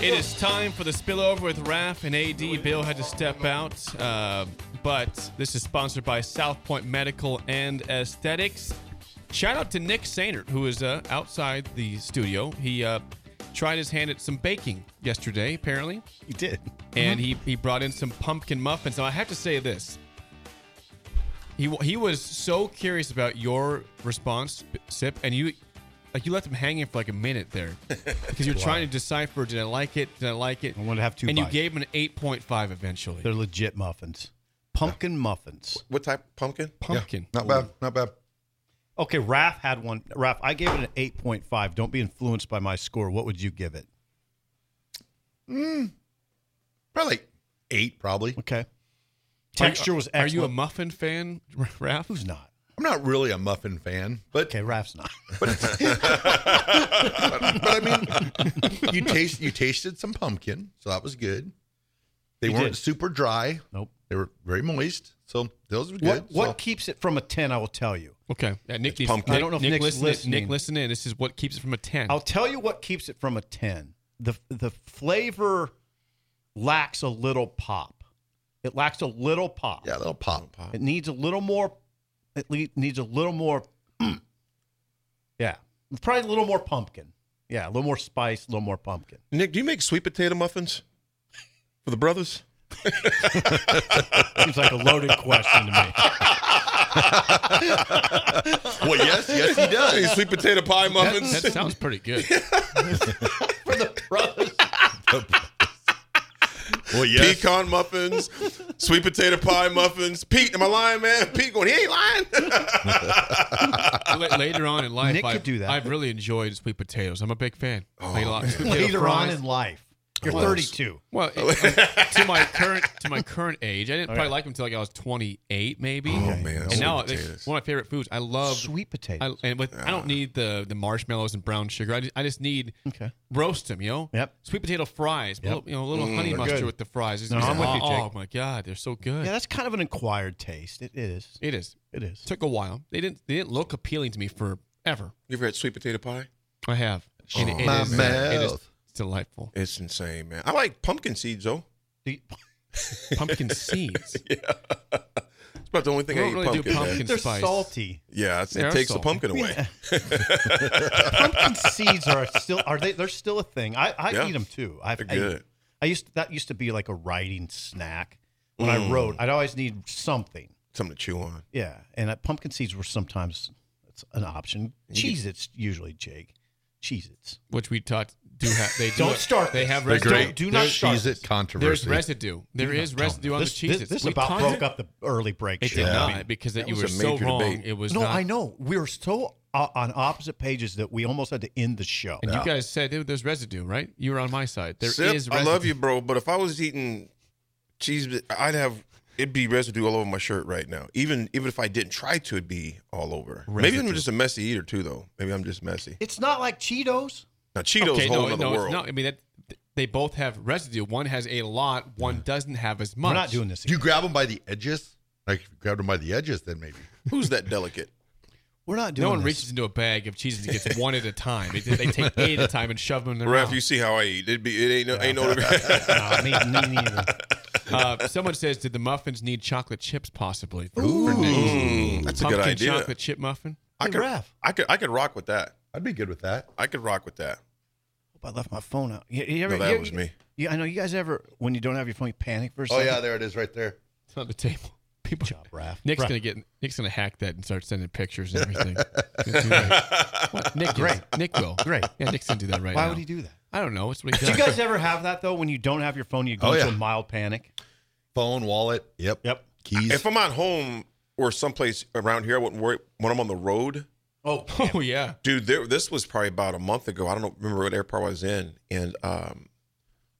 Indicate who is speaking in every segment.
Speaker 1: It is time for the spillover with Raph and AD. Bill had to step out, uh, but this is sponsored by South Point Medical and Aesthetics. Shout out to Nick Sainert, who is uh, outside the studio. He uh, tried his hand at some baking yesterday, apparently,
Speaker 2: You did. Uh-huh.
Speaker 1: and he, he brought in some pumpkin muffins. Now, I have to say this. He, wa- he was so curious about your response, Sip, and you like you left him hanging for like a minute there because you're trying to decipher: did I like it? Did I like it?
Speaker 2: I wanted to have two
Speaker 1: And you
Speaker 2: bites.
Speaker 1: gave him an eight point five eventually.
Speaker 2: They're legit muffins. Pumpkin muffins.
Speaker 3: What type? Pumpkin. Yeah,
Speaker 1: Pumpkin.
Speaker 3: not bad. Not bad.
Speaker 2: Okay, Raph had one. Raph, I gave it an 8.5. Don't be influenced by my score. What would you give it?
Speaker 3: Probably like eight. Probably.
Speaker 2: Okay. Texture was
Speaker 1: Are
Speaker 2: excellent.
Speaker 1: you a muffin fan, Raph?
Speaker 2: Who's not?
Speaker 3: I'm not really a muffin fan, but
Speaker 2: Okay, Raph's not.
Speaker 3: but I mean, you taste you tasted some pumpkin, so that was good. They
Speaker 2: You
Speaker 3: weren't
Speaker 2: did.
Speaker 3: super dry.
Speaker 2: Nope.
Speaker 3: They were very moist, so those were good.
Speaker 2: What what
Speaker 3: so-
Speaker 2: keeps it from a 10, I will tell you.
Speaker 1: Okay. Yeah, Nick,
Speaker 3: It's pumpkin.
Speaker 1: Nick-
Speaker 2: I don't know if
Speaker 1: Nick,
Speaker 2: Nick's
Speaker 1: listen,
Speaker 2: listening.
Speaker 1: Nick, listen in. This is what keeps it from a 10
Speaker 2: I'll tell you what keeps it from a 10. The the flavor lacks a little pop. It lacks a little pop.
Speaker 3: yeah, a little pop.
Speaker 2: It needs a little more. It le- needs a little more. mm. yeah, probably a little more pumpkin. Yeah, a little more spice, a little more pumpkin.
Speaker 4: Nick, do you make sweet potato muffins for the brothers?
Speaker 2: Seems like a loaded question to me.
Speaker 3: Well, yes, yes, he
Speaker 4: Any
Speaker 3: does.
Speaker 4: sweet potato pie muffins?
Speaker 1: that sounds pretty good.
Speaker 3: Well, yes.
Speaker 4: Pecan muffins, sweet potato pie muffins. Pete, am I lying, man? Pete going, he ain't lying.
Speaker 1: La- Later on in life,
Speaker 2: Nick could
Speaker 1: I've,
Speaker 2: do that.
Speaker 1: I've really enjoyed sweet potatoes. I'm a big fan. I eat
Speaker 4: Oh,
Speaker 1: a lot of sweet potato
Speaker 2: Later on
Speaker 1: fries.
Speaker 2: in life, you're
Speaker 1: Well,
Speaker 2: 32.
Speaker 1: Well, it- um, to my current to my current age, I didn't probably like them until like I was 28, maybe. Oh
Speaker 4: man,
Speaker 1: And
Speaker 4: sweet
Speaker 1: now it's
Speaker 4: potatoes.
Speaker 1: one of my favorite foods. I love
Speaker 2: Sweet
Speaker 1: I,
Speaker 2: potato.
Speaker 1: and with I don't need the the marshmallows and brown sugar. I just, I just need
Speaker 2: Okay.
Speaker 1: roast them. You know,
Speaker 2: Yep.
Speaker 1: Sweet potato fries.
Speaker 2: Yep. Mm,
Speaker 1: a little- You know, a little honey mustard
Speaker 2: good.
Speaker 1: with the fries. It's
Speaker 2: No,
Speaker 1: just-
Speaker 2: I'm with
Speaker 1: oh,
Speaker 2: you, Jake.
Speaker 1: oh my god, they're so good.
Speaker 2: Yeah, that's kind of an acquired taste. It is.
Speaker 1: it is.
Speaker 2: It is.
Speaker 1: Took a while. They didn't they didn't look appealing to me forever.
Speaker 4: You ever had sweet potato pie?
Speaker 1: I have. And it
Speaker 3: my
Speaker 1: is, uh, it is
Speaker 3: mouth.
Speaker 1: delightful.
Speaker 4: It's insane, man. I like pumpkin seeds, though.
Speaker 2: Do you-
Speaker 1: Pumpkin seeds.
Speaker 4: It's about the only thing
Speaker 1: We
Speaker 4: I
Speaker 1: don't
Speaker 4: eat
Speaker 1: really do
Speaker 4: pumpkin. man.
Speaker 1: pumpkin.
Speaker 2: They're
Speaker 1: spice.
Speaker 2: salty.
Speaker 4: Yeah, it's,
Speaker 1: They
Speaker 4: it
Speaker 1: are
Speaker 4: takes the
Speaker 1: salty.
Speaker 4: pumpkin away.
Speaker 2: Pumpkin seeds are still are they? They're still a thing. I, I
Speaker 4: Yeah.
Speaker 2: eat them too. I've,
Speaker 4: They're
Speaker 2: I-
Speaker 4: good.
Speaker 2: I used that used to be like a riding snack when
Speaker 1: Mm.
Speaker 2: I rode. I'd always need something.
Speaker 4: Something to chew on.
Speaker 2: Yeah, and uh, pumpkin seeds were sometimes it's an option. Cheez Its usually, Jake. Cheez Its.
Speaker 1: which we taught do have. They do
Speaker 2: Don't
Speaker 1: it.
Speaker 2: start
Speaker 1: They
Speaker 2: this.
Speaker 1: have
Speaker 2: They're
Speaker 1: residue.
Speaker 2: great. Do not start
Speaker 3: cheese
Speaker 2: this.
Speaker 3: it
Speaker 1: There's
Speaker 3: controversy.
Speaker 1: residue. There is residue on
Speaker 2: this,
Speaker 1: the cheeses.
Speaker 2: This, this about broke up the early break.
Speaker 1: It
Speaker 2: show.
Speaker 1: did
Speaker 2: I
Speaker 1: not
Speaker 2: mean,
Speaker 1: because that
Speaker 4: that
Speaker 1: you were
Speaker 4: was a
Speaker 1: so
Speaker 4: major
Speaker 1: wrong.
Speaker 4: debate.
Speaker 1: It was
Speaker 2: no,
Speaker 1: not-
Speaker 2: I know we were so uh, on opposite pages that we almost had to end the show.
Speaker 1: And you guys said "Dude, there's residue, right? You were on my side. There is.
Speaker 4: Sip, I
Speaker 1: residue.
Speaker 4: love you, bro, but if I was eating cheese, I'd have it'd be residue all over my shirt right now. Even even if I didn't try to, it'd be all over. Maybe
Speaker 1: Residue.
Speaker 4: I'm just a messy eater too, though. Maybe I'm just messy.
Speaker 2: It's not like Cheetos.
Speaker 4: Now Cheetos
Speaker 1: Okay,
Speaker 4: whole
Speaker 1: no,
Speaker 4: other
Speaker 1: no, it's
Speaker 4: world.
Speaker 1: not. I mean that they both have residue. One has a lot. One doesn't have as much.
Speaker 2: We're not doing this.
Speaker 3: Do you grab them by the edges? Like if you grabbed them by the edges, then maybe.
Speaker 4: Who's that delicate?
Speaker 2: We're not doing.
Speaker 1: No one
Speaker 2: this.
Speaker 1: reaches into a bag of cheeses and gets one at a time. They, they take eight at a time and shove them in their
Speaker 4: Raph,
Speaker 1: mouth.
Speaker 4: you see how I eat? It'd be it ain't no ain't no.
Speaker 2: No, me, me neither.
Speaker 1: Uh, someone says, did the muffins need chocolate chips? Possibly.
Speaker 4: Mm, that's a
Speaker 1: Pumpkin
Speaker 4: good idea.
Speaker 1: chocolate chip muffin.
Speaker 4: I
Speaker 2: Hey,
Speaker 4: could
Speaker 2: Raph.
Speaker 4: I could I could rock with that.
Speaker 3: I'd be good with that.
Speaker 4: I could rock with that.
Speaker 2: I left my phone out. You, you ever,
Speaker 4: No, that
Speaker 2: you-
Speaker 4: was
Speaker 2: you-
Speaker 4: me.
Speaker 2: you- I know you guys ever when you don't have your phone, you panic for a
Speaker 3: Oh
Speaker 2: second.
Speaker 3: yeah, there it is, right there.
Speaker 1: It's on the table. People,
Speaker 2: Good job, Raph.
Speaker 1: Nick's
Speaker 2: Raph,
Speaker 1: gonna get Nick's gonna hack that and start sending pictures and everything. He'll do that. What? Nick, great. Nick will.
Speaker 2: Great.
Speaker 1: Yeah, Nick's gonna do that right
Speaker 2: Why
Speaker 1: now.
Speaker 2: would he do that?
Speaker 1: I don't know. It's what he
Speaker 2: Do
Speaker 1: does.
Speaker 2: you guys ever have that though? When you don't have your phone, you go
Speaker 3: Oh,
Speaker 2: into
Speaker 3: yeah.
Speaker 2: a mild panic.
Speaker 3: Phone, wallet. Yep.
Speaker 2: Yep.
Speaker 3: Keys.
Speaker 4: If I'm at home or someplace around here, I wouldn't worry. When I'm on the road,
Speaker 2: Oh,
Speaker 1: oh yeah.
Speaker 4: dude, there, this was probably about a month ago. I don't know- remember what airport I was in, and um,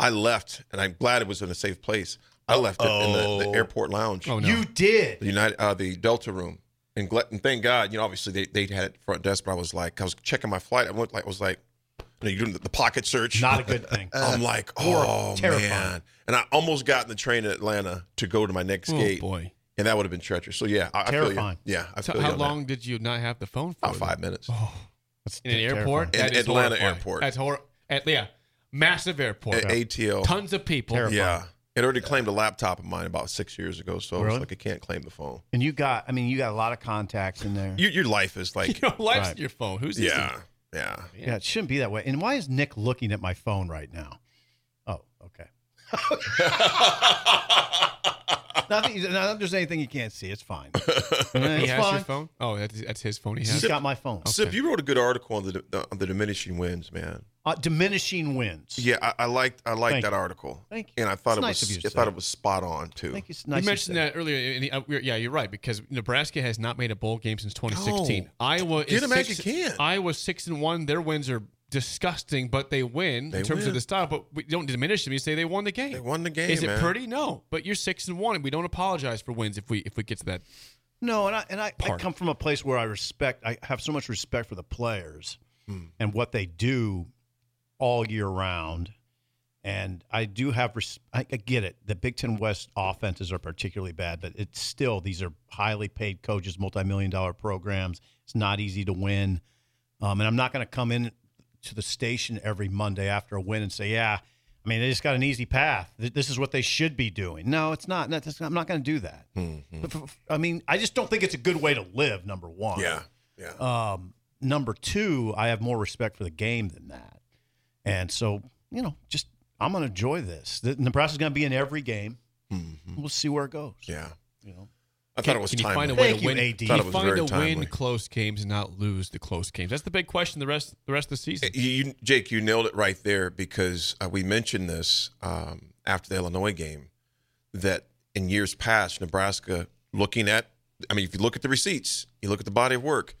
Speaker 4: I left, and I'm glad it was in a safe place. I left it in the,
Speaker 2: Oh.
Speaker 4: the airport lounge,
Speaker 1: Oh no.
Speaker 2: you did.
Speaker 4: the United, uh, the Delta room, and, gl- and thank God, you know, obviously they, they had it front desk, but I was like, I was checking my flight. I went like, I was like, you know, you're doing the, the pocket search,
Speaker 2: Not a good thing.
Speaker 4: I'm like, oh
Speaker 2: Uh, terrifying.
Speaker 4: man, and I almost got in the train in Atlanta to go to my next
Speaker 1: oh
Speaker 4: gate,
Speaker 1: boy.
Speaker 4: and that would have been treacherous. So yeah, I, I feel you.
Speaker 2: Terrifying.
Speaker 4: Yeah, I
Speaker 1: So
Speaker 4: feel you
Speaker 1: how
Speaker 4: on that.
Speaker 1: long did you not have the phone for?
Speaker 4: About five minutes.
Speaker 2: Oh, That's
Speaker 1: In an airport?
Speaker 2: terrifying.
Speaker 4: In
Speaker 1: That is
Speaker 4: Atlanta
Speaker 1: horrifying.
Speaker 4: airport.
Speaker 1: That's hor. At, yeah. Massive airport.
Speaker 4: A- ATL.
Speaker 1: Tons of people.
Speaker 2: Terrifying.
Speaker 4: Yeah. It already claimed a laptop of mine about six years ago, so I
Speaker 2: Really?
Speaker 4: was like, I can't claim the phone.
Speaker 2: And you got, I mean, you got a lot of contacts in there.
Speaker 4: Your, your life is like,
Speaker 1: Your life's
Speaker 2: Right.
Speaker 1: your phone. Who's this?
Speaker 4: yeah, yeah.
Speaker 2: yeah, it shouldn't be that way. And why is Nick looking at my phone right now? Oh, okay. Not that, you- not that there's anything you can't see. It's fine.
Speaker 1: He
Speaker 2: It's
Speaker 1: has your
Speaker 2: fine.
Speaker 1: phone. Oh, that's, that's his phone. He
Speaker 2: He's
Speaker 1: has.
Speaker 2: got my phone.
Speaker 4: Sip, you wrote a good article on the on the diminishing winds, man.
Speaker 2: Uh, diminishing winds.
Speaker 4: Yeah, I, I liked I liked
Speaker 2: Thank
Speaker 4: that
Speaker 2: you.
Speaker 4: article,
Speaker 2: Thank you.
Speaker 4: and I thought
Speaker 2: It's
Speaker 4: it
Speaker 2: nice of you
Speaker 4: was
Speaker 2: to
Speaker 4: I thought
Speaker 2: say.
Speaker 4: it was spot on too.
Speaker 2: I think it's nice.
Speaker 1: you
Speaker 2: you
Speaker 1: mentioned
Speaker 2: said
Speaker 1: that earlier. And, uh, we're- yeah, you're right because Nebraska has not made a bowl game since 2016. Iowa
Speaker 4: Get
Speaker 1: is
Speaker 4: them as
Speaker 1: six,
Speaker 4: you can.
Speaker 1: Iowa six and one. Their wins are disgusting, but they win
Speaker 4: They
Speaker 1: in terms
Speaker 4: win.
Speaker 1: of the style. But we don't diminish them. You say they won the game.
Speaker 4: They won the game.
Speaker 1: Is it
Speaker 4: man.
Speaker 1: pretty? No, but you're six and one, and we don't apologize for wins if we if we get to that.
Speaker 2: No, and I and I, I
Speaker 1: Part.
Speaker 2: come from a place where I respect. I have so much respect for the players and what they do all year round. And I do have. Res- I, I get it. The Big Ten West offenses are particularly bad, but it's still these are highly paid coaches, multi-million dollar programs. It's not easy to win. Um, and I'm not going to come in to the station every Monday after a win and say, yeah, I mean, they just got an easy path. Th- This is what they should be doing. No, it's not. That's, I'm not going to do that. But f- f- I mean, I just don't think it's a good way to live, number one.
Speaker 4: Yeah, yeah.
Speaker 2: Um, number two, I have more respect for the game than that. And so, you know, just I'm going to enjoy this. The, Nebraska's going to be in every game. We'll see where it goes.
Speaker 4: yeah.
Speaker 2: You know?
Speaker 4: I thought it was
Speaker 1: Can you find a
Speaker 4: timely.
Speaker 1: way
Speaker 2: Thank
Speaker 1: to
Speaker 2: you,
Speaker 1: win?
Speaker 2: AD.
Speaker 1: Can
Speaker 4: Thought
Speaker 1: you
Speaker 4: it was
Speaker 1: find
Speaker 4: very
Speaker 1: a win
Speaker 4: timely.
Speaker 1: close games and not lose the close games? That's the big question. The rest the rest of the season.
Speaker 4: You, you- Jake, you nailed it right there because uh, we mentioned this um, after the Illinois game that in years past, Nebraska, looking at, I mean, if you look at the receipts, you look at the body of work,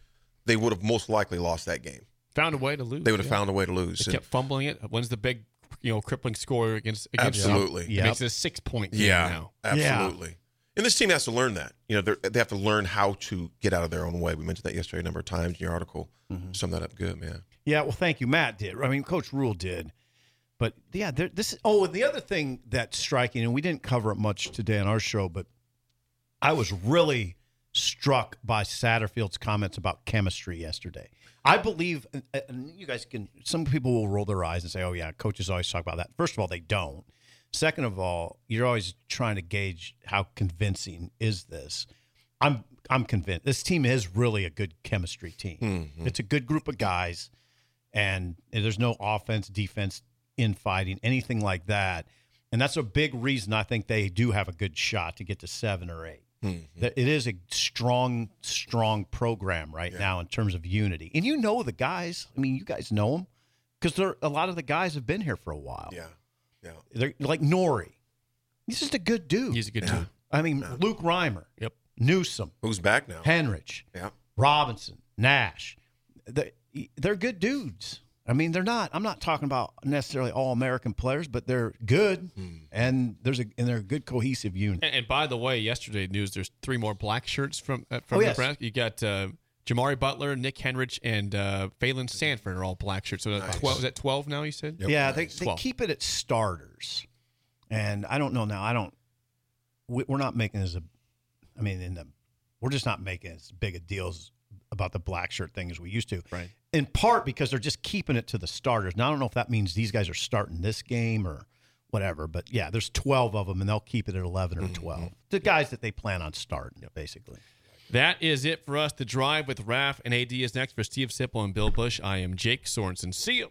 Speaker 4: they would have most likely lost that game.
Speaker 1: found a way to lose.
Speaker 4: They would have
Speaker 1: yeah.
Speaker 4: found a way to lose.
Speaker 1: They
Speaker 4: And-
Speaker 1: kept fumbling it. When's the big you know crippling score against? against
Speaker 4: Absolutely.
Speaker 1: It
Speaker 2: Yep.
Speaker 1: makes it a six point game
Speaker 4: yeah,
Speaker 1: now.
Speaker 4: absolutely. And this team has to learn that. You know, they're- they have to learn how to get out of their own way. We mentioned that yesterday a number of times in your article.
Speaker 1: Mm-hmm.
Speaker 4: Sum that up good, man.
Speaker 2: Yeah, well, thank you. Matt did. I mean, Coach Rule did. But yeah, there, this. Oh, and the other thing that's striking, and we didn't cover it much today on our show, but I was really struck by Satterfield's comments about chemistry yesterday. I believe, and- and you guys can. Some people will roll their eyes and say, "Oh yeah, coaches always talk about that." First of all, they don't. Second of all, you're always trying to gauge how convincing is this. I'm I'm convinced this team is really a good chemistry team. It's a good group of guys, and there's no offense, defense, infighting, anything like that. And that's a big reason I think they do have a good shot to get to seven or eight. That It is a strong, strong program right now in terms of unity. And you know the guys. I mean, you guys know them because they're a lot of the guys have been here for a while.
Speaker 4: Yeah. Yeah.
Speaker 2: They're like Nori. He's just a good dude.
Speaker 1: He's a good team.
Speaker 2: I mean, Luke Reimer,
Speaker 1: Yep.
Speaker 2: Newsom,
Speaker 4: Who's back now?
Speaker 2: Henrich,
Speaker 4: Yeah.
Speaker 2: Robinson, Nash. They- They're good dudes. I mean, they're not. I'm not talking about necessarily all American players, but they're good,
Speaker 4: Hmm.
Speaker 2: and there's a and they're a good cohesive unit.
Speaker 1: And, and by the way, yesterday news: there's three more black shirts from uh, from
Speaker 2: Oh, yes.
Speaker 1: Nebraska. You got uh, Jamari Butler, Nick Henrich, and uh, Phelan Sanford are all black shirts. So that's twelve. Is that twelve now? You said.
Speaker 2: yeah, they, they
Speaker 1: Twelve.
Speaker 2: keep it at starters, and I don't know now. I don't. We, we're not making as a. I mean, in the, we're just not making as big a deals about the black shirt thing as we used to.
Speaker 1: Right.
Speaker 2: in part because they're just keeping it to the starters. Now I don't know if that means these guys are starting this game or whatever, but yeah, there's 12 of them and they'll keep it at 11 or 12. The guys that they plan on starting, basically.
Speaker 1: That is it for us. The drive with Raf and AD is next for Steve Sipple and Bill Bush. I am Jake Sorensen. See you.